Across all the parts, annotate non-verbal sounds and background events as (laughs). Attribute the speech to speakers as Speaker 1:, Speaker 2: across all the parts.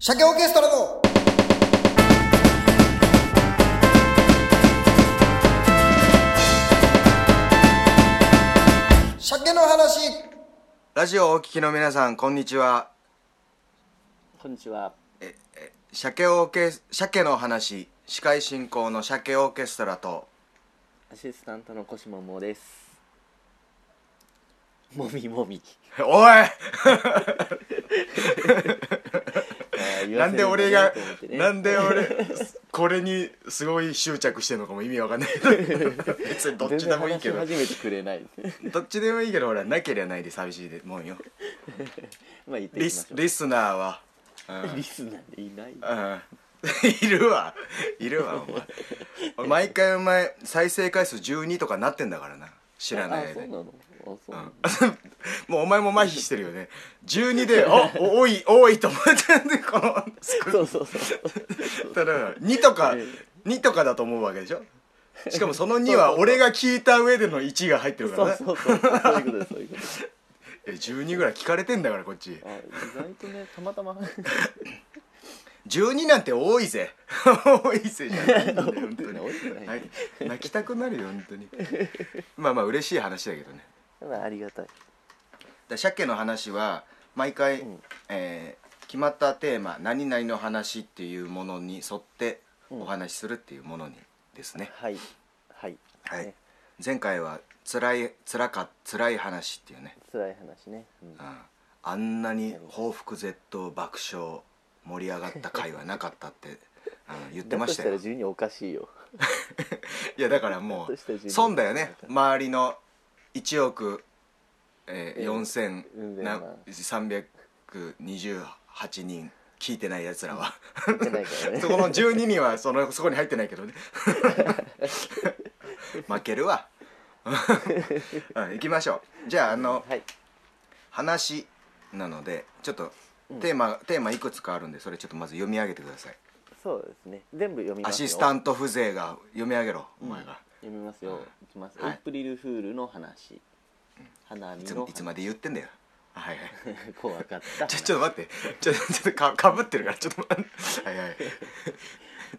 Speaker 1: 鮭オーケストラの鮭の話
Speaker 2: ラジオをお聞きの皆さんこんにちは
Speaker 3: こんにちは。
Speaker 2: 鮭オーケ鮭の話司会進行の鮭オーケストラと
Speaker 3: アシスタントのコシモモです。もみもみ。
Speaker 2: おい
Speaker 3: あー
Speaker 2: (laughs) なんで俺が、
Speaker 3: 言わせるん
Speaker 2: な
Speaker 3: だ
Speaker 2: ん
Speaker 3: と思ってね
Speaker 2: で俺これにすごい執着してるのかも意味わかんない
Speaker 3: (laughs)
Speaker 2: 別にどっちでもいいけど
Speaker 3: 全然話し始めてくれない。
Speaker 2: どっちでもいいけどほらなけりゃないで寂しいもんよ
Speaker 3: まあ言っていき
Speaker 2: リ
Speaker 3: ま
Speaker 2: ス
Speaker 3: しょう。
Speaker 2: リスナーは、うん
Speaker 3: リスなんていない。
Speaker 2: うん (laughs) いるわいるわお前俺毎回お前再生回数12とかなってんだからな知らない
Speaker 3: あそう
Speaker 2: で
Speaker 3: なの。あそうなの。
Speaker 2: もうお前も麻痺してるよね12であお多 (laughs) い多いと思ってんでこの少
Speaker 3: そ
Speaker 2: (laughs)
Speaker 3: うそうそう。
Speaker 2: たら2とか
Speaker 3: え
Speaker 2: 2とかだと思うわけでしょしかもその2は俺が聞いた上での1が入ってるか
Speaker 3: そ
Speaker 2: ら
Speaker 3: う
Speaker 2: ね
Speaker 3: そうそう。そういうことです。そういうことです。
Speaker 2: え12ぐらい聞かれてんだからこっち
Speaker 3: あ意外とねたまたま (laughs)
Speaker 2: 12なんて多いぜ (laughs) 多いぜじゃないんだよ本当に
Speaker 3: (laughs) 多くない
Speaker 2: 泣き泣きたくなるよ本当にまあまあ嬉しい話だけどね
Speaker 3: まあありがたい。
Speaker 2: だ鮭の話は毎回、
Speaker 3: うん
Speaker 2: えー決まったテーマ「何々の話」っていうものに沿って
Speaker 3: うん
Speaker 2: お話しするっていうものにですね、
Speaker 3: はいはい。
Speaker 2: はい、
Speaker 3: ね
Speaker 2: 前回は辛い辛か辛い話っていうね、
Speaker 3: 辛い話ね。うん
Speaker 2: うん、あんなに報復絶倒爆笑盛り上がった回はなかったってあの言ってました
Speaker 3: だ
Speaker 2: よ
Speaker 3: としたら12おかしいよ。
Speaker 2: いやだからも
Speaker 3: だとした
Speaker 2: う
Speaker 3: ら12
Speaker 2: 損だよね周りの1億、えー、4000
Speaker 3: うん
Speaker 2: な
Speaker 3: まあ
Speaker 2: 328人聞いてないやつら
Speaker 3: (laughs)
Speaker 2: は
Speaker 3: 言ってないから
Speaker 2: (laughs)
Speaker 3: ね
Speaker 2: そ。この12人はそのそこに入ってないけどね (laughs) 負けるわ、 (laughs) うん、行きましょうじゃああの
Speaker 3: はい。
Speaker 2: 話なのでちょっとテーマ、テーマいくつかあるんでそれちょっとまず読み上げてください
Speaker 3: そうですね。全部読みま
Speaker 2: ア
Speaker 3: すよ。
Speaker 2: シスタント風情が読み上げろお前が、
Speaker 3: 読みますよ。いきます。
Speaker 2: はい
Speaker 3: エイプリルフールの話。花見
Speaker 2: いつ
Speaker 3: の
Speaker 2: いつまで言ってんだよはいはい
Speaker 3: (laughs) 怖かった。
Speaker 2: ちょちょっと待ってちょちょっとかかぶってるからちょっと待ってはいはい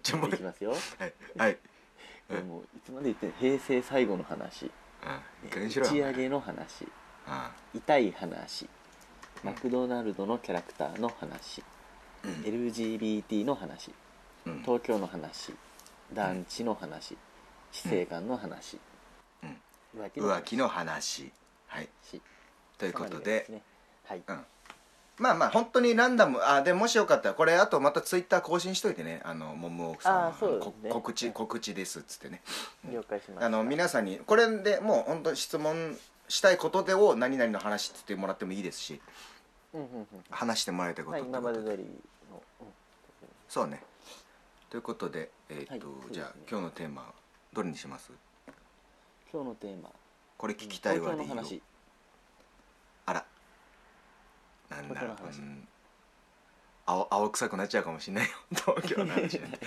Speaker 2: ちょもう
Speaker 3: いきますよ。
Speaker 2: はいはい、
Speaker 3: これもういつまで言ってんの平成最後の話。
Speaker 2: うん、いい加減にし
Speaker 3: 打
Speaker 2: ろ
Speaker 3: ち上
Speaker 2: うん
Speaker 3: げの話。痛い話。マクドナルドのキャラクターの話。LGBT の
Speaker 2: う
Speaker 3: 話。
Speaker 2: ん
Speaker 3: 東京の話。団地の話。死生観の話。
Speaker 2: うん
Speaker 3: 浮気の
Speaker 2: 浮
Speaker 3: 話。
Speaker 2: 気の話はいということで
Speaker 3: ねはい。
Speaker 2: うんまあまあ本当にランダムあでもしよかったらこれあとまたツイッター更新しといてねあのモムオークさんは
Speaker 3: あーそうですね
Speaker 2: こ告知
Speaker 3: はい
Speaker 2: 告知ですっつってね
Speaker 3: 了解しました。
Speaker 2: あの皆さんにこれでもう本当質問したいことでを何々の話って言ってもらってもいいですし
Speaker 3: うんうんうん。
Speaker 2: 話してもらいたいこ
Speaker 3: まあ
Speaker 2: とって
Speaker 3: 今
Speaker 2: こ
Speaker 3: ま
Speaker 2: と
Speaker 3: で
Speaker 2: で
Speaker 3: 通りの。うん
Speaker 2: そうねということでえーっと、
Speaker 3: はいそうですね
Speaker 2: じゃあ今日のテーマどれにします
Speaker 3: 今日のテーマ
Speaker 2: これ聞きたいわ
Speaker 3: 東
Speaker 2: でい
Speaker 3: 京
Speaker 2: い
Speaker 3: の
Speaker 2: よ
Speaker 3: 話
Speaker 2: あらなんだろう
Speaker 3: 東京の話
Speaker 2: うん青青臭くなっちゃうかもしれないよ (laughs) 東京の話
Speaker 3: (laughs)
Speaker 2: なんて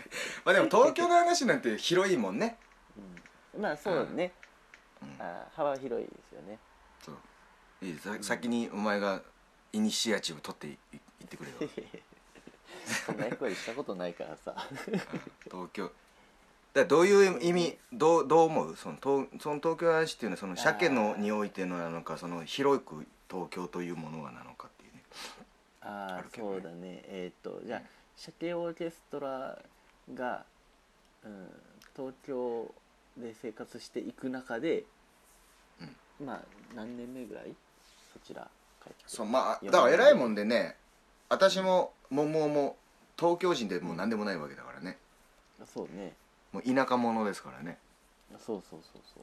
Speaker 2: (laughs) まあでも東京の話なんて広いもんね、
Speaker 3: まあそうだね、
Speaker 2: うん、
Speaker 3: あー幅広いですよね
Speaker 2: そういいさ先にお前がイニシアチブ取っていいいってくれよ
Speaker 3: そんな役割したことないか
Speaker 2: (laughs)
Speaker 3: らさ
Speaker 2: 東京だからどういう意味どうどう思うその東その東京の話っていうのはその鮭のにおいてのなのかその広く東京というものはなのかっていうね
Speaker 3: あ
Speaker 2: あ
Speaker 3: あ
Speaker 2: るけどね
Speaker 3: そうだねえーっ、とじゃあ鮭オーケストラが、うん、東京で生活していく中で、まあ何年目ぐらいそちら帰って
Speaker 2: そうまあだから偉いもんでね私も桃も東京人でもう何でもないわけだからね
Speaker 3: あそうね
Speaker 2: もう田舎者ですからね
Speaker 3: あそうそうそうそう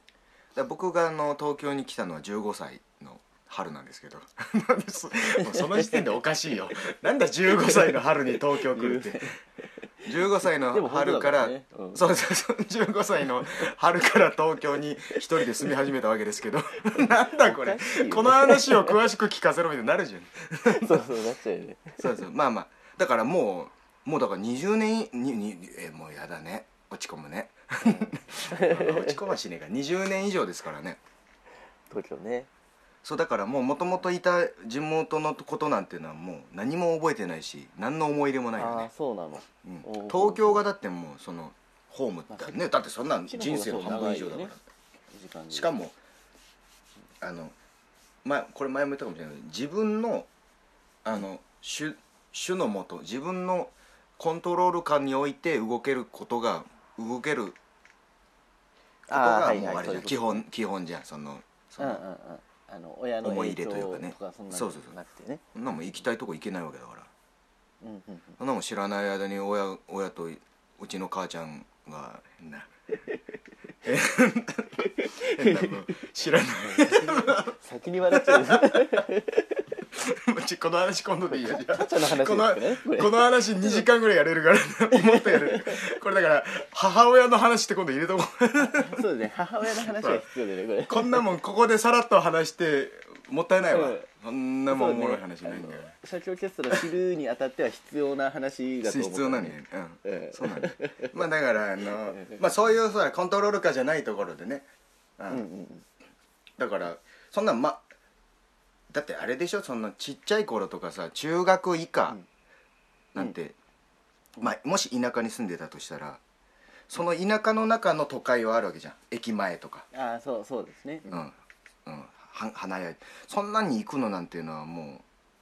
Speaker 2: だから僕があの東京に来たのは15歳の春なんですけどなんでそもう (laughs) その時点でおかしい (laughs) よなんだ15歳の春に東京来るって15歳
Speaker 3: で
Speaker 2: の
Speaker 3: も本当
Speaker 2: 春
Speaker 3: だ
Speaker 2: か
Speaker 3: かららねうん
Speaker 2: そうそうそう15歳の春から東京に一人で住み始めたわけですけど (laughs) なんだこれ、
Speaker 3: おかしいよね
Speaker 2: この話を詳しく聞かせろみたいになるじゃん (laughs)
Speaker 3: そうそうなっちゃうよね
Speaker 2: そうそうまあまあだからもうもうだから20年いににえもうやだね落ち込むね (laughs) 落ち込ましねえか20年以上ですからね
Speaker 3: 東京ね
Speaker 2: そうだからもうもともといた地元のことなんていうのはもう何も覚えてないし何の思い出もないよ
Speaker 3: ああ
Speaker 2: ね、
Speaker 3: そうなの
Speaker 2: うん
Speaker 3: おー
Speaker 2: 東京がだってもうそのホームだねだってそんなん
Speaker 3: ちの
Speaker 2: 人生の
Speaker 3: 方が
Speaker 2: 半分以上だ
Speaker 3: 長い
Speaker 2: か
Speaker 3: よ
Speaker 2: ら
Speaker 3: ね時間
Speaker 2: しかもあの、ま、これ前も言ったかもしれないけど自分のあの主主のもと自分のコントロール下において動けることが動けること
Speaker 3: ああ
Speaker 2: が
Speaker 3: はい
Speaker 2: もうあ
Speaker 3: はい
Speaker 2: れじゃん、
Speaker 3: そういうこと
Speaker 2: 基本基本じゃんそのそ
Speaker 3: うんうんうん
Speaker 2: の、
Speaker 3: あの親の
Speaker 2: 思い
Speaker 3: 影
Speaker 2: 入れと
Speaker 3: 響
Speaker 2: いうかね
Speaker 3: とかそんな
Speaker 2: そうそうそう
Speaker 3: のなくてね
Speaker 2: そんなもん行きたいとこ行けないわけだから
Speaker 3: うんうんうん
Speaker 2: そんなもん知らない間に親親とうちの母ちゃんが変な変なもう知らない
Speaker 3: 先に笑っちゃう
Speaker 2: もうちこの話今度でいいよじゃあ
Speaker 3: 母ちゃんの話ですかね
Speaker 2: こ
Speaker 3: こ
Speaker 2: の
Speaker 3: れ
Speaker 2: この話2時間ぐらいやれるから、ね、思ったやれるこれだから母親の話って今度入れとこう
Speaker 3: そうですね母親の話が必要でねこれ
Speaker 2: こんなもんここでさらっと話してもったいないわ、
Speaker 3: うん
Speaker 2: こんなもんおもろい話ないんだよ、
Speaker 3: 社長キャストの知るにあたっては必要な話だと思う
Speaker 2: 必要なのよ、うん
Speaker 3: ええ
Speaker 2: そうなんだよまあだからあの、まあ、そういうさコントロール下じゃないところでね、うん
Speaker 3: うんうん
Speaker 2: だからそんなんまだってあれでしょそのちっちゃい頃とかさ中学以下なんて、まあ、もし田舎に住んでたとしたらその田舎の中の都会はあるわけじゃん駅前とか、
Speaker 3: うんああそうそうですね
Speaker 2: うんうん、は花屋そんなんに行くのなんていうのはもう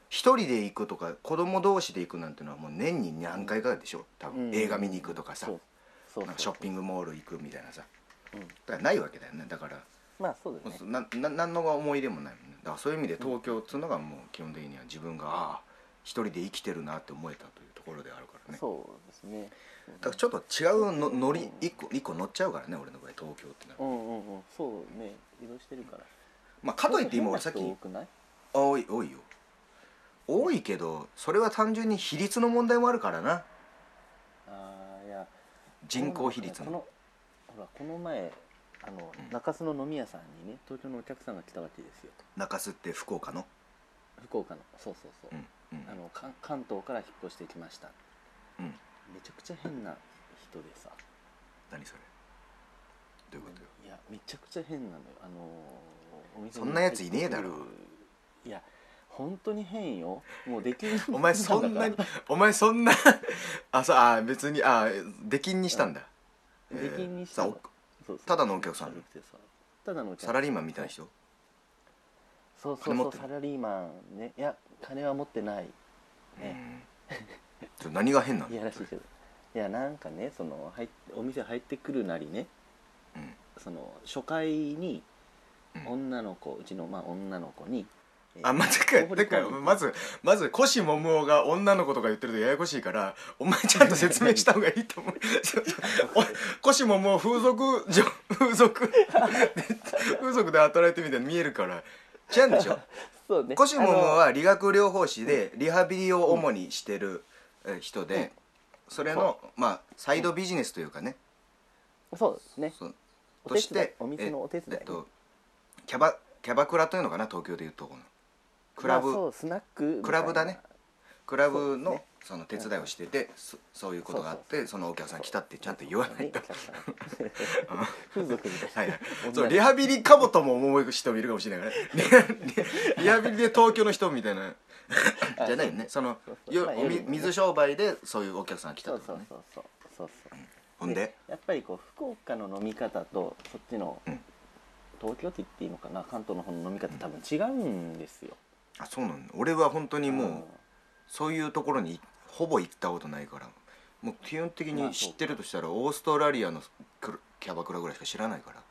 Speaker 2: 一人で行くとか子供同士で行くなんていうのはもう年に何回かでしょ多分、
Speaker 3: うん
Speaker 2: 映画見に行くとかさ、
Speaker 3: そうそう
Speaker 2: なんかシ
Speaker 3: そ
Speaker 2: ョ
Speaker 3: う
Speaker 2: ッピングモール行くみたいなさ、
Speaker 3: うん
Speaker 2: だからないわけだよねだから。
Speaker 3: まあそうですね
Speaker 2: なな何の思い出もないもんねだからそういう意味で東京っつうのがもう基本的には自分がああ一人で生きてるなって思えたというところであるからね
Speaker 3: そうですね
Speaker 2: だからちょっと違うの乗り一個一個乗っちゃうからね俺の場合東京ってな
Speaker 3: うんうんうんそうね移動してるから
Speaker 2: まあかといって今俺さっき
Speaker 3: 変な人多くない
Speaker 2: 多い多いよ多いけどそれは単純に比率の問題もあるからな
Speaker 3: ああいや
Speaker 2: 人口比率
Speaker 3: こ
Speaker 2: の
Speaker 3: のほらこの前あの、
Speaker 2: うん
Speaker 3: 中洲の飲み屋さんにね東京のお客さんが来たわけですよ
Speaker 2: 中洲って福岡の
Speaker 3: 福岡のそうそうそう
Speaker 2: う、んうん
Speaker 3: あの関関東から引っ越してきました
Speaker 2: うん
Speaker 3: めちゃくちゃ変な人でさ
Speaker 2: 何それどういうことよ
Speaker 3: いやめちゃくちゃ変なのよあのお店
Speaker 2: そ
Speaker 3: に
Speaker 2: んなやついねえだろ
Speaker 3: 入ってくるいや本当に変よもうできる
Speaker 2: (laughs) お前そんなにお前そんな (laughs) あそうあ別にあ出禁にしたんだ、
Speaker 3: 出禁にした
Speaker 2: え
Speaker 3: の
Speaker 2: ーさあ
Speaker 3: そうそう
Speaker 2: ただのお客さん
Speaker 3: 悪くてさただのお
Speaker 2: お
Speaker 3: 客さん
Speaker 2: サラリーマンみたいな人
Speaker 3: そうそ
Speaker 2: 金
Speaker 3: う
Speaker 2: 持
Speaker 3: そ
Speaker 2: っ
Speaker 3: う
Speaker 2: てる
Speaker 3: サラリーマンねいや金は持ってないね
Speaker 2: うんちょ何が変なの
Speaker 3: いやらしいけどいやなんかねその入っお店入ってくるなりね
Speaker 2: うん
Speaker 3: その初回に
Speaker 2: うん
Speaker 3: 女の子、うちのまあ女の子にえー
Speaker 2: あまず
Speaker 3: 放
Speaker 2: か
Speaker 3: り込ん
Speaker 2: て
Speaker 3: で
Speaker 2: かまずまず腰もむおが女の子とか言ってるとややこしいからお前ちゃんと説明した方がいいと
Speaker 3: (laughs)
Speaker 2: 思うそうお腰ももう風俗じょ風俗風俗で働いてるみたいに見えるから違うんでしょ
Speaker 3: そうね
Speaker 2: コシモム
Speaker 3: あ
Speaker 2: は理学療法士でリハビリを主にしてるえー人で、それのまあサイドビジネスというかね、
Speaker 3: のそうですね
Speaker 2: そう
Speaker 3: お手
Speaker 2: と
Speaker 3: 伝い
Speaker 2: して
Speaker 3: お店のお手伝いね
Speaker 2: えっとキャバキャバクラというのかな東京でいうとこのクラブ、
Speaker 3: まあそうスナックみたいな
Speaker 2: クラブだねクラブの
Speaker 3: そう
Speaker 2: そ,、
Speaker 3: ですね
Speaker 2: の手伝いをしてて、そそういうことがあってそのお客さん来たってちゃんと言わないと
Speaker 3: お。客さん風俗みた
Speaker 2: はいいは、
Speaker 3: な
Speaker 2: (laughs)
Speaker 3: い
Speaker 2: そう
Speaker 3: 女
Speaker 2: リハビリかぼとも思う人もいるかもしれない
Speaker 3: (laughs)
Speaker 2: からねリハビリで東京の人みたいなじゃないよねその
Speaker 3: そうそう
Speaker 2: よ
Speaker 3: まあ
Speaker 2: おみ
Speaker 3: 夜のね
Speaker 2: 水商売でそういうお客さ (laughs) んが来た
Speaker 3: そ
Speaker 2: と
Speaker 3: うそ
Speaker 2: か
Speaker 3: う
Speaker 2: ね
Speaker 3: そうそうそうそう
Speaker 2: ほんで
Speaker 3: やっぱりこう福岡の飲み方とそっちの、
Speaker 2: うん
Speaker 3: 東京って言っていいのかな関東の方の飲み方多分違うんですよ、
Speaker 2: あそうなの俺は本当にもう、
Speaker 3: うん
Speaker 2: そういうところにほぼ行ったことないからもう基本的
Speaker 3: ま
Speaker 2: に
Speaker 3: あそう
Speaker 2: 知ってるとしたらオーストラリアのクルキャバクラぐらいしか知らないから、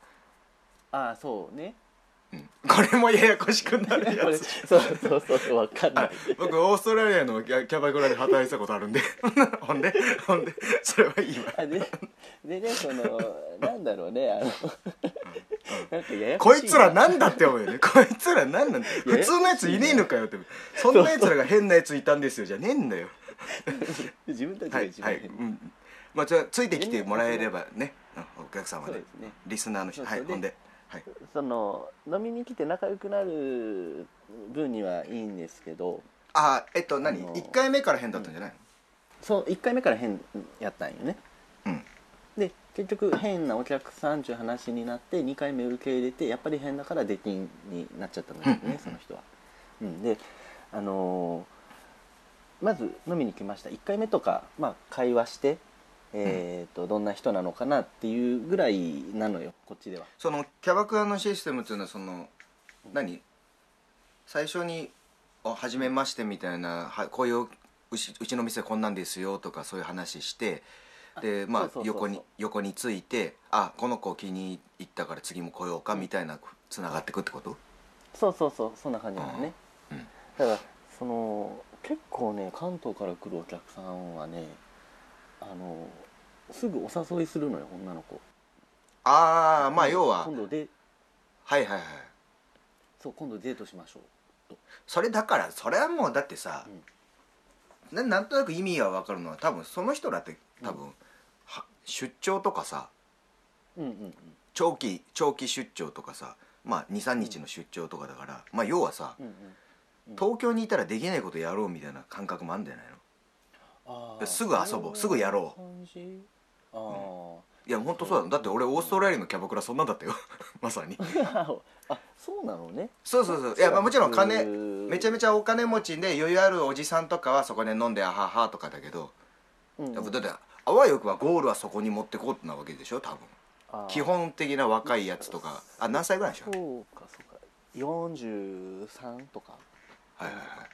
Speaker 3: ああそうね
Speaker 2: うん、これもややこしくなる
Speaker 3: これ
Speaker 2: (laughs) やつ
Speaker 3: (laughs) そうそうそうそうわかんない
Speaker 2: あ僕オーストラリアのキャキャバクラで働いてたことあるんで (laughs) ほんでほんでそれはいいわ
Speaker 3: (laughs) あででねそのなんだろうねあのなんかやや
Speaker 2: こ
Speaker 3: こ
Speaker 2: い
Speaker 3: しい
Speaker 2: つらなんだって思うよねこいつらなんなんだ
Speaker 3: いや
Speaker 2: 普通のやついねえのかよってそんなやつらが変なやついたんですよじゃねえんだよ
Speaker 3: 自分たち
Speaker 2: は
Speaker 3: が
Speaker 2: い
Speaker 3: 一
Speaker 2: は
Speaker 3: 番
Speaker 2: い、うん、まあじゃあついてきてもらえればねうんお客様
Speaker 3: そう
Speaker 2: で
Speaker 3: ですね
Speaker 2: リスナーの人
Speaker 3: そう
Speaker 2: はい
Speaker 3: それで
Speaker 2: ほんではい
Speaker 3: その飲みに来て仲良くなる分にはいいんですけど
Speaker 2: あーえっと何
Speaker 3: あのー
Speaker 2: 一回目から変だったんじゃない
Speaker 3: そう1回目から変やったんよね
Speaker 2: の
Speaker 3: で結局変なお客さんという話になって2回目受け入れてやっぱり変だから出禁になっちゃったんだよ
Speaker 2: うんうんうん
Speaker 3: ねその人は。うん、であのーまず飲みに来ました1回目とか、まあ、会話して、えー、とどんな人なのかなっていうぐらいなのよこっちでは。
Speaker 2: そのキャバクラのシステムっていうのはその何最初に「あ初めまして」みたいなは「こういううちうちの店こんなんですよ」とかそういう話してでまあ
Speaker 3: そうそうそうそう
Speaker 2: 横に横について「あこの子気に入ったから次も来ようか」みたいなつながってくってこと
Speaker 3: そうそうそうそんな感じなのね、
Speaker 2: うんうん
Speaker 3: だからその結構ね関東から来るお客さんはねあのすぐお誘いするのよ女の子
Speaker 2: ああまあ要は
Speaker 3: 今度で
Speaker 2: はいはいはい
Speaker 3: そう今度デートしましょう
Speaker 2: それだからそれはもうだってさ、ななんとなく意味が分かるのは多分その人らって多分、は出張とかさ、
Speaker 3: うんうんうん
Speaker 2: 長期長期出張とかさまあ23日の出張とかだから、まあ要はさ、
Speaker 3: うんうん
Speaker 2: 東京にいたらできないことやろうみたいな感覚もあるんじゃないの
Speaker 3: あ
Speaker 2: ーすぐ遊ぼうすぐやろう
Speaker 3: 感じあー、
Speaker 2: いや本当そうだだって俺オーストラリアのキャバクラそんなんだったよ (laughs) ま
Speaker 3: (laughs)
Speaker 2: さに
Speaker 3: あそうなのね
Speaker 2: そうそうそういや、まあ、もちろん金めちゃ
Speaker 3: めち
Speaker 2: めちゃお金持ちで余裕あるおじさんとかはそこで飲んであははとかだけど、
Speaker 3: ゃ、うん
Speaker 2: やっぱだってあわよくはゴールはそこに持ってこうってなわけでしょ多分
Speaker 3: あー
Speaker 2: 基本的な若いやつとかあ何歳ぐらいでし
Speaker 3: そ
Speaker 2: ょ
Speaker 3: うかそうか43とか
Speaker 2: はいはいはい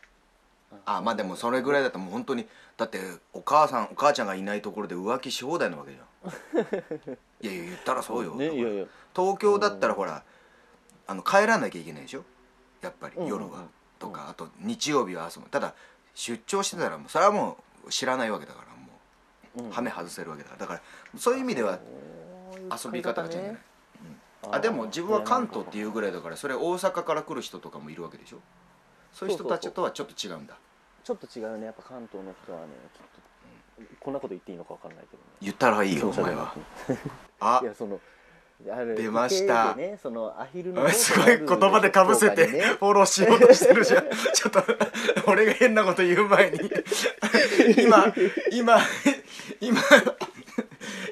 Speaker 2: あまあでもそれぐらいだったらもう本当にだってお母さんお母ちゃんがいないところで浮気し放題なわけじ
Speaker 3: (laughs)
Speaker 2: ゃんいやいや言ったらそうよ、
Speaker 3: ねいやいや
Speaker 2: 東京だったらほらあの帰らなきゃいけないでしょやっぱり
Speaker 3: うんうんうん
Speaker 2: 夜はとかあと日曜日は遊ぶただ出張してたらもうそれはもう知らないわけだからも
Speaker 3: うん
Speaker 2: うはめ外せるわけだからだからそういう意味では遊び方が違う、ね、あでも自分は関東っていうぐらいだからそれ大阪から来る人とかもいるわけでしょそういう人たちとはちょっと違うんだ
Speaker 3: ちょっと違うねやっぱ関東の人はねきっとこんなこと言っていいのかわかんないけどね
Speaker 2: 言ったらいいよ
Speaker 3: そう
Speaker 2: お
Speaker 3: じゃな
Speaker 2: 前
Speaker 3: い (laughs)
Speaker 2: はあ
Speaker 3: いやそのあれ
Speaker 2: 出ました
Speaker 3: 家庭でねそのアヒル
Speaker 2: あ (laughs) すごい言葉でかぶせて
Speaker 3: ね
Speaker 2: (laughs) フォローしようとしてるじゃんちょっと俺が変なこと言う前に (laughs) 今今今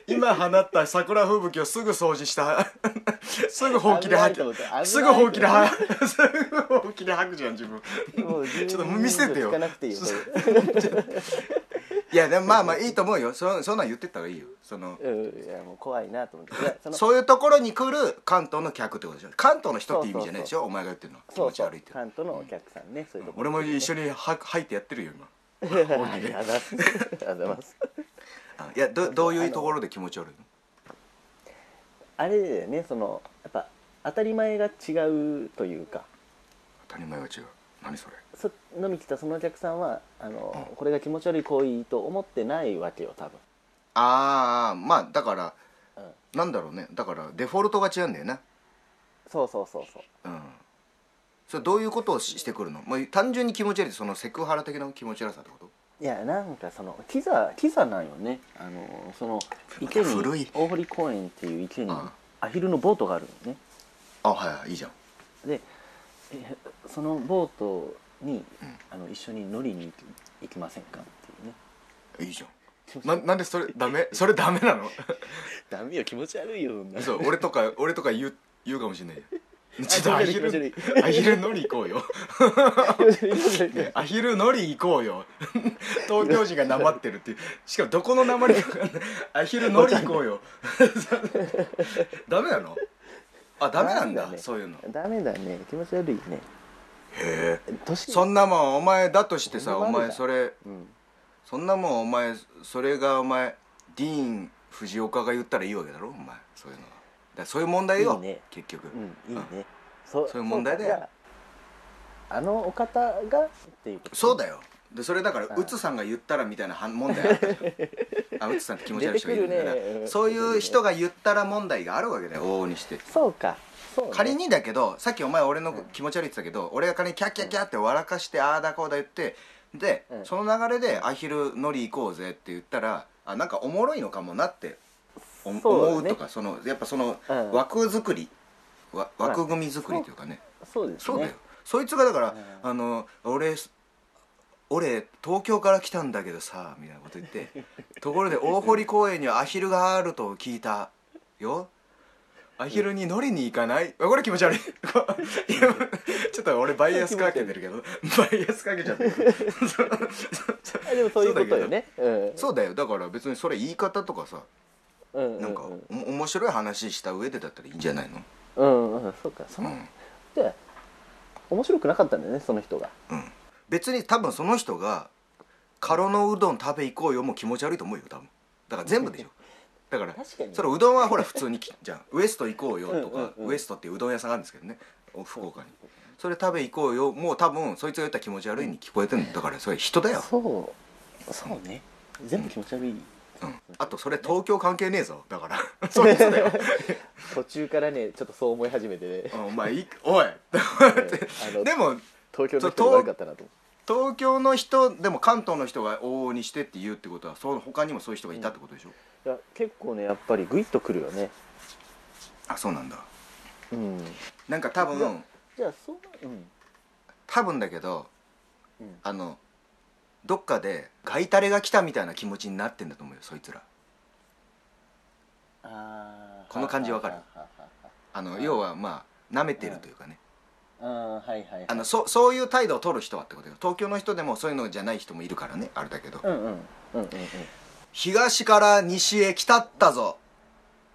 Speaker 2: 今放った桜吹雪をすぐ掃除した (laughs) すぐほうきで吐
Speaker 3: 危ないと思っ
Speaker 2: く
Speaker 3: て危ない
Speaker 2: すぐほうきで吐く (laughs) すぐほうきで吐くじゃん自分
Speaker 3: もう
Speaker 2: ちょっと見せてよ
Speaker 3: 聞かなくていいよそれ
Speaker 2: いやでもまあまあいいと思うよそそんなん言ってった方がいいよその
Speaker 3: うんいやもう怖いなと思っていやその
Speaker 2: そういうところに来る関東の客ってことでしょ関東の人って意味じゃないでしょお前が言ってるのは気
Speaker 3: そ
Speaker 2: 持
Speaker 3: う
Speaker 2: ち
Speaker 3: そう
Speaker 2: 悪いって
Speaker 3: 関東のお客さんねそういうとこ (laughs)
Speaker 2: 俺も一緒には吐いてやってるよ今
Speaker 3: ありがとうございますありがとうございます
Speaker 2: あいやどどういうところで気持ち悪いの
Speaker 3: あれだよねそのやっぱ当たり前が違うというか
Speaker 2: 当たり前は違う何それ
Speaker 3: そ飲み来たそのお客さんはあの、これが気持ち悪い行為と思ってないわけよ多分
Speaker 2: ああまあだから、
Speaker 3: う
Speaker 2: なんだろうねだからデフォルトが違うんだよね
Speaker 3: そうそうそうそう
Speaker 2: うんそれどういうことをししてくるのもう単純に気持ち悪いってそのセクハラ的な気持ち悪さってこと
Speaker 3: いやなんかそのキザキザなんよねあのその池に
Speaker 2: 古い
Speaker 3: 大堀公園っていう池に
Speaker 2: あ
Speaker 3: アヒルのボートがあるのね
Speaker 2: あはいはいいいじゃん
Speaker 3: でえそのボートにあの一緒に乗りに行き行きませんかっていうね
Speaker 2: いいじゃんななんでそれダメそれダメなの
Speaker 3: ダメよ気持ち悪いよ女
Speaker 2: そう俺とか俺とか言う言うかもしれない
Speaker 3: (laughs)
Speaker 2: よちょっ
Speaker 3: 気持ち
Speaker 2: とア
Speaker 3: 悪い
Speaker 2: ヒル
Speaker 3: 気持ち
Speaker 2: アヒル乗り行こうよ
Speaker 3: 気持ち悪い気持ち悪い
Speaker 2: アヒル乗り行こうよ (laughs) 東京人がなまってるっていうしかもどこのなまりかわかんないアヒル乗り行こうよ (laughs) ダメなのあ (laughs) ダメなんだ
Speaker 3: ダメだね
Speaker 2: そういうのへ
Speaker 3: ダメだね気持ち悪いね
Speaker 2: え
Speaker 3: 年
Speaker 2: そんなもんお前だとしてさ
Speaker 3: ほん
Speaker 2: お
Speaker 3: ま悪い
Speaker 2: 前それ
Speaker 3: うん
Speaker 2: そんなもんお前それがお前ディーン・藤岡が言ったらいいわけだろお前そういうのはだからそういう問題よ
Speaker 3: いいね
Speaker 2: 結局、
Speaker 3: うんいい
Speaker 2: うん
Speaker 3: ねそ
Speaker 2: そういう問題だよ
Speaker 3: そうかじゃああのお方がっていうこと
Speaker 2: そうだよでそれだから
Speaker 3: ああ
Speaker 2: うつさんが言ったらみたいな反問題あったじ
Speaker 3: (laughs)
Speaker 2: ゃんあうつさんって気持ち悪い人がいるんだから
Speaker 3: 出てくるね
Speaker 2: そういう人が言ったら問題があるわけだよ往々にして
Speaker 3: そうかそうね
Speaker 2: 仮にだけどさっきお前俺の気持ち悪いって言ってたけど、俺が仮にキャッキャッキャッって笑かしてああだこうだ言ってで、
Speaker 3: うん
Speaker 2: その流れで「アヒル乗り行こうぜ」って言ったらあなんかおもろいのかもなってお
Speaker 3: そうだね
Speaker 2: 思うとかそのやっぱその
Speaker 3: うん
Speaker 2: 枠作り、わ枠組み作りというかね、
Speaker 3: そうですね
Speaker 2: そうだよ、そいつがだから、
Speaker 3: ん
Speaker 2: あの俺俺東京から来たんだけどさ」みたいなこと言って
Speaker 3: (laughs)
Speaker 2: 「ところで大堀公園にはアヒルがあると聞いたよ」アヒルに乗りに行かない、あこれ気持
Speaker 3: (laughs)
Speaker 2: ち悪い今ちょっと俺バイアスかけてるけど
Speaker 3: (laughs)
Speaker 2: バイアスかけちゃってるけどそう
Speaker 3: あでもそういうことよねうん
Speaker 2: そうだよだから別にそれ言い方とかさ
Speaker 3: うん
Speaker 2: なんかお面白い話した上でだったらいいんじゃないの
Speaker 3: うんうんうんそうかそ
Speaker 2: うん
Speaker 3: ので面白くなかったんだよねその人が
Speaker 2: うん別に多分その人が「カロのうどん食べ行こうよ」も気持ち悪いと思うよ多分だから全部で
Speaker 3: (laughs)
Speaker 2: しょだから
Speaker 3: 確かに
Speaker 2: それうどんはほら普通にきじゃんウエスト行こうよとか、
Speaker 3: うんうんうん
Speaker 2: ウエストっていううどん屋さんがあるんですけどねお福岡にそれ食べ行こうよもう多分そいつが言ったら気持ち悪いに聞こえてるんだからそれ人だよ、
Speaker 3: そうそうね全部気持ち悪い
Speaker 2: うん、あとそれ東京関係ねえぞだからそいつだよ
Speaker 3: 途中からねちょっとそう思い始めてね
Speaker 2: (laughs) お前いいおい
Speaker 3: あの
Speaker 2: でも
Speaker 3: 東京の人が悪かったなと思って
Speaker 2: 東京の人でも関東の人が往々にしてって言うってことはそう他にもそういう人がいたってことでしょ、
Speaker 3: いや結構ねやっぱりグイッとくるよね
Speaker 2: あそうなんだ
Speaker 3: うん
Speaker 2: なんか多
Speaker 3: いや
Speaker 2: 分
Speaker 3: じゃあそううん
Speaker 2: 多分だけど
Speaker 3: うん
Speaker 2: あのどっかでガイタレが来たみたいな気持ちになってんだと思うよそいつら
Speaker 3: あー
Speaker 2: この感じわかる
Speaker 3: はははは
Speaker 2: あの
Speaker 3: はい
Speaker 2: 要はまあ舐めてるというかね
Speaker 3: あーはいはいはい
Speaker 2: あのそそういう態度を取る人はってことよ東京の人でもそういうのじゃない人もいるからねあれだけど
Speaker 3: うんうんうんうんうん
Speaker 2: 東から西へ来たったぞ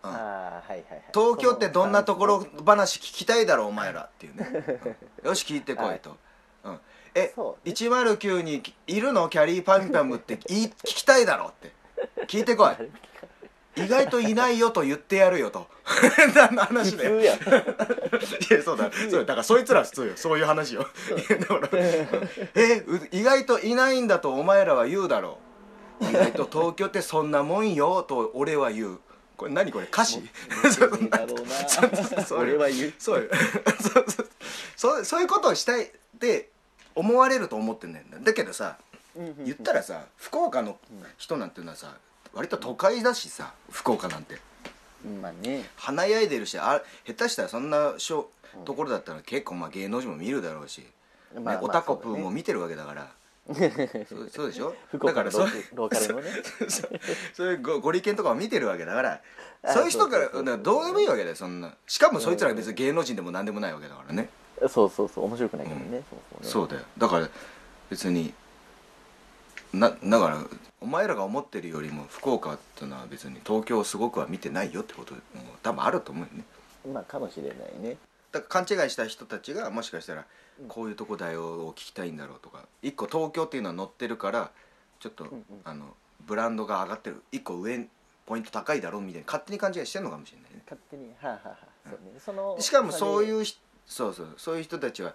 Speaker 2: うん
Speaker 3: あーはいはいはい
Speaker 2: 東京ってどんなところ話聞きたいだろうお前らっていうね、うんよし聞いてこいと、うん、え
Speaker 3: そうね
Speaker 2: 109にいるのキャリーパンパムって言い聞きたいだろうって聞いてこい意外といないよと言ってやるよと変な話だよ
Speaker 3: 普通や
Speaker 2: (laughs)
Speaker 3: ん
Speaker 2: いやそうだそうだからそいつら普通よそういう話よだからえう意外といないんだとお前らは言うだろう意外と東京ってそんなもんよと俺は言うこれ何これ歌詞そう
Speaker 3: ねえだろう
Speaker 2: そうそう
Speaker 3: な
Speaker 2: そう
Speaker 3: 俺は言う
Speaker 2: そうよ (laughs) そうそうそうそういうことをしたいって思われると思ってんだよだけどさ言ったらさ福岡の人なんていうのはさ割と都会だしさ福岡なんて
Speaker 3: うんまあ
Speaker 2: (laughs)
Speaker 3: ね
Speaker 2: 華やいでるしあ下手したらそんなしょところだったら結構まあ芸能人も見るだろうし、
Speaker 3: まあ
Speaker 2: ね
Speaker 3: まあ
Speaker 2: オタコプー
Speaker 3: そうだね
Speaker 2: も見てるわけだから。そうそうでしょ
Speaker 3: 福
Speaker 2: だ
Speaker 3: 岡
Speaker 2: から
Speaker 3: のロ
Speaker 2: そう
Speaker 3: ーローカルのね
Speaker 2: (laughs) そうそういうごご利権とかを見てるわけだから
Speaker 3: あ
Speaker 2: そういう人から
Speaker 3: そうそうそう
Speaker 2: だからどうでもいいわけだよそんなしかもそいつら別に芸能人でも何でもないわけだからね、
Speaker 3: そうそうそう面白くないけどね、
Speaker 2: う
Speaker 3: そもそもね
Speaker 2: そうだよだから別になだからお前らが思ってるよりも福岡っていうのは別に東京をすごくは見てないよってことも多分あると思うよね
Speaker 3: まあかもしれないね
Speaker 2: だから勘違いした人たちがもしかしたらこういうとこだよを聞きたいんだろうとか一個東京っていうのは乗ってるからちょっと、
Speaker 3: んうん
Speaker 2: あのブランドが上がってる一個上ポイント高いだろうみたいな勝手に勘違いしてるのかもしれないね
Speaker 3: 勝手にはあ、はあはあ、そうねその
Speaker 2: しかもそういううひそうそうそういう人たちは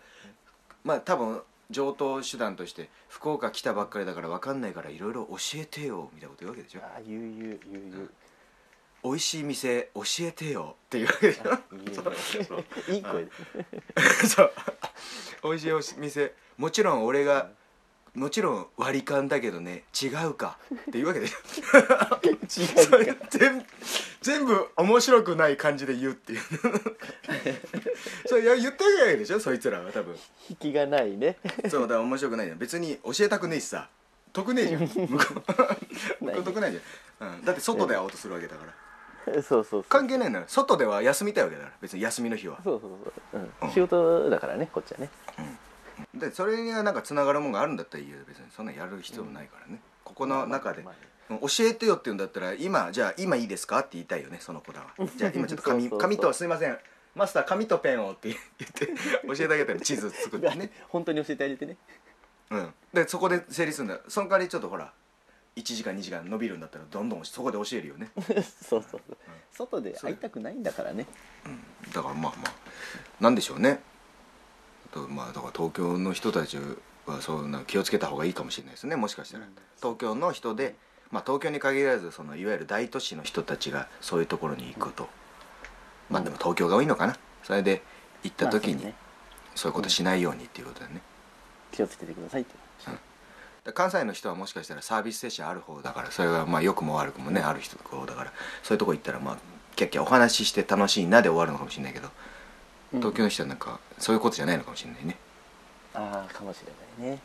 Speaker 2: まあ多分上等手段として福岡来たばっかりだから分かんないからいろいろ教えてよみたいなこと言うわけでしょ
Speaker 3: ああゆうゆうゆうゆ
Speaker 2: 美味しい店教えてよっていうわけでしょ
Speaker 3: うゆうゆういい声で
Speaker 2: (laughs) そう美味しいお店もちろん俺がもちろん割り勘だけどね違うかっていうわけでそれ全部 (laughs) 全部面白くない感じで言うっていう (laughs) それいや言ってるわけでしょそいつらは多分
Speaker 3: 引きがないね (laughs)
Speaker 2: そうだから面白くないじゃん別に教えたくねえしさ得ねえじゃん向こう向こう得ないじゃん、うん、だって外で会おうとするわけだから
Speaker 3: そうそうそう
Speaker 2: 関係ないんだから外では休みたいわけだから別に休みの日は
Speaker 3: そうそうそう、うん
Speaker 2: うん
Speaker 3: 仕事だからねこっちはね
Speaker 2: でそれがなんかつながるもんがあるんだったらいいよ別にそんなやる必要もないからね、ここの中で、
Speaker 3: まあま
Speaker 2: 教えてよって言うんだったら今じゃあ今いいですかって言いたいよねその子らはじゃあ今ちょっと紙
Speaker 3: (laughs) そうそうそう
Speaker 2: 紙とすいませんマスター紙とペンをって言って教えてあげたら地図作ってね
Speaker 3: (laughs) 本当に教えてあげてね
Speaker 2: うんでそこで成立するんだその代わりちょっとほら1時間2時間伸びるんだったらどんどんそこで教えるよね
Speaker 3: (laughs) そうそうそう、外で会いたくないんだからね
Speaker 2: だからまあまあなんでしょうねあとまあだから東京の人たちはそうな気をつけた方がいいかもしれないですねもしかしたら、
Speaker 3: うん
Speaker 2: 東京の人で、まあ、東京に限らずそのいわゆる大都市の人たちがそういうところに行くと、まあでも東京が多いのかなそれで行った時
Speaker 3: まあそう
Speaker 2: に
Speaker 3: ね
Speaker 2: そういうことしないようにっていうことだね、
Speaker 3: 気をつけてくださいって
Speaker 2: だから関西の人はもしかしたらサービス精神ある方だからそれがまあ良くも悪くもねある人方だからそういうとこ行ったらまあキャッキャお話しして楽しいなで終わるのかもしれないけど
Speaker 3: うん
Speaker 2: 東京の人はなんかそういうことじゃないのかもしれないね、
Speaker 3: ああかもしれないね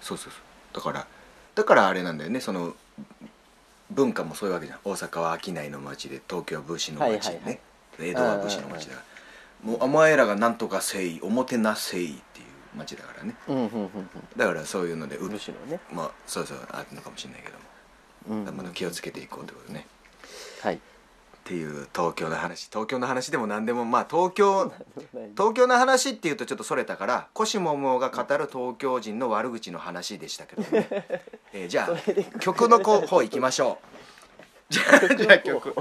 Speaker 2: そうそうそうだからだからあれなんだよねその文化もそういうわけじゃん大阪は商いの町で東京は武士の町
Speaker 3: はいはいはい
Speaker 2: ね江戸は武士の町だからもうお前らがなんとかせいおもてなせいっていう町だからね
Speaker 3: うんうんうん
Speaker 2: だからそういうので
Speaker 3: う
Speaker 2: うん
Speaker 3: むしろね、
Speaker 2: まあそうそうあるのかもしれないけども
Speaker 3: うん
Speaker 2: だからまだ気をつけていこうってことね
Speaker 3: はい
Speaker 2: っていう東京の話東京の話でも何でもまあ東京東京の話っていうとちょっとそれたからコシモモが語る東京人の悪口の話でしたけど (laughs) ね、えーじゃ
Speaker 3: それで
Speaker 2: あ曲の候補いきましょうじゃあじゃあ曲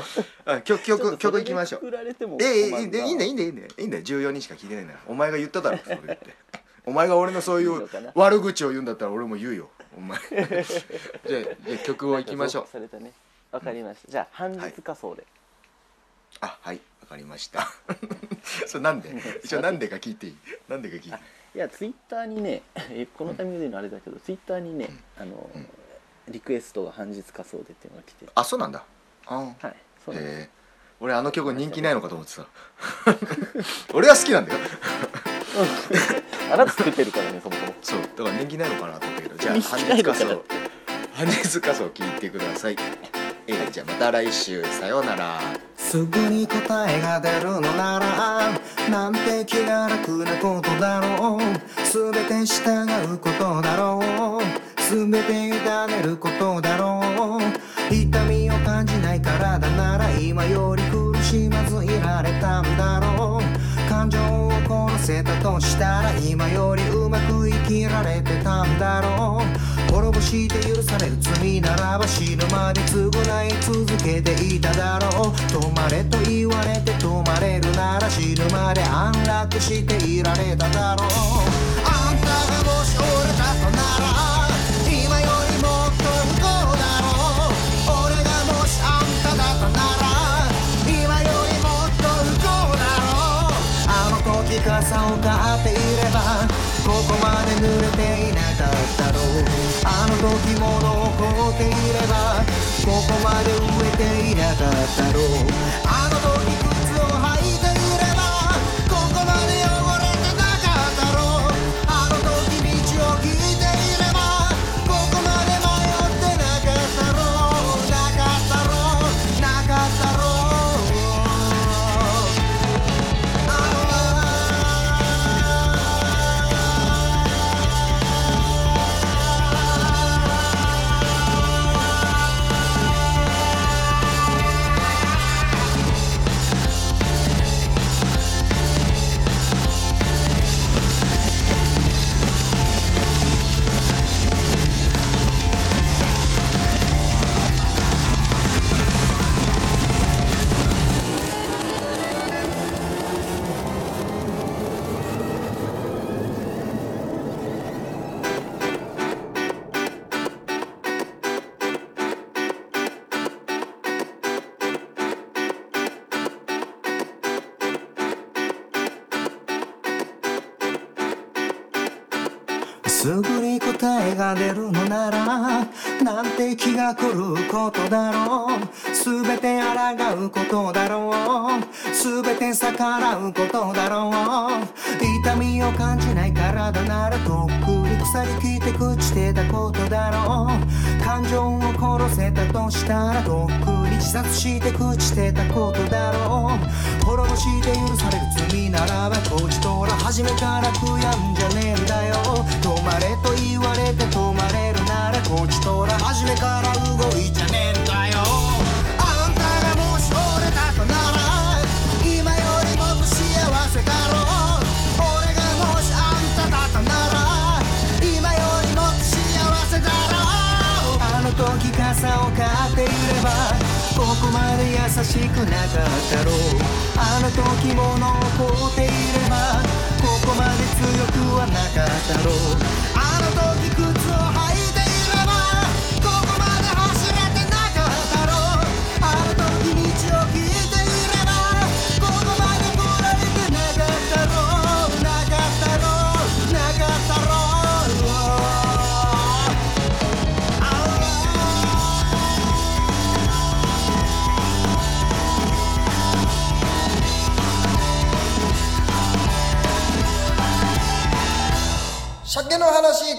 Speaker 2: あ曲曲曲いきましょう
Speaker 3: 振られても
Speaker 2: ええい
Speaker 3: 困
Speaker 2: い
Speaker 3: る
Speaker 2: んだ
Speaker 3: ない
Speaker 2: いんだいいんだいいんだいいんだよ14人しか聞いてないんだからお前が言っただろそれってお前が俺のそうい
Speaker 3: いいうのかな
Speaker 2: 悪口を言うんだったら俺も言うよお前 (laughs) じゃあじゃあ曲をいきましょう
Speaker 3: なんか増幅されたねわかりました、じゃあ半日仮想で、
Speaker 2: あはいわかりました (laughs) それなんで一応なんでか聞いていいなんでか聞いていい
Speaker 3: いやツイッターにねえこのタイミングで言うのあれだけど、ツイッターにね、あの、
Speaker 2: うん
Speaker 3: リクエストが半日仮想でっていうのが来て
Speaker 2: あそうなんだあ
Speaker 3: はいそうなんです、
Speaker 2: えー俺あの曲人気ないのかと思ってた (laughs) 俺は好きなんだよ
Speaker 3: (laughs) あなた作ってるからねそもそも
Speaker 2: そうだから人気ないのかなと思ったけどじゃあ
Speaker 3: 人
Speaker 2: 半
Speaker 3: 気ない
Speaker 2: 日
Speaker 3: の
Speaker 2: 仮
Speaker 3: かな
Speaker 2: 想半日仮想聞いてくださいえーじゃあまた来週さようなら
Speaker 1: すぐに答えが出るのならなんて気が楽なことだろうすべて従うことだろうすべて委ねることだろう痛みを感じない体なら今より苦しまずいられたんだろう感情を殺せたとしたら今よりうまく生きられてたんだろう滅ぼして許される罪ならば死ぬまで償い続けていただろう止まれと言われて止まれるなら死ぬまで安楽していられただろうあんたがもし俺だとなら今よりもっと不幸だろう俺がもしあんただとなら今よりもっと不幸だろうあの時傘を買っていればここまで濡れていなかったろうあの時物を凍っていればここまで植えていなかったろうあの時靴を履いていればここまで汚れてなかったろうあの時道を聞いていればここまで迷ってなかったろうなかったろうなかったろうすぐに答えが出るのならなんて気が狂うことだろうすべて抗うことだろうすべて逆らうことだろう痛みを感じない体ならとっくに腐りきって朽ちてたことだろう感情を殺せたとしたらとっくに自殺して朽ちてたことだろう滅ぼして許される罪ならばこちとら初めから悔やんじゃねえんだよ止まれと言われて止まれるならこちとら初めから動いちゃねえんだよあんたがもし俺だとなら今よりもっと幸せだろう俺がもしあんただとなら今よりもっと幸せだろうあの時傘を買っていればここまで優しくなかったろうあの時物を凍っていればここまで強くはなかったろうあの時靴を履いていればここまで走れてなかったろうあの時道を聞いていればここまで来られてなかったろうなかったろうなかったろう鮭の話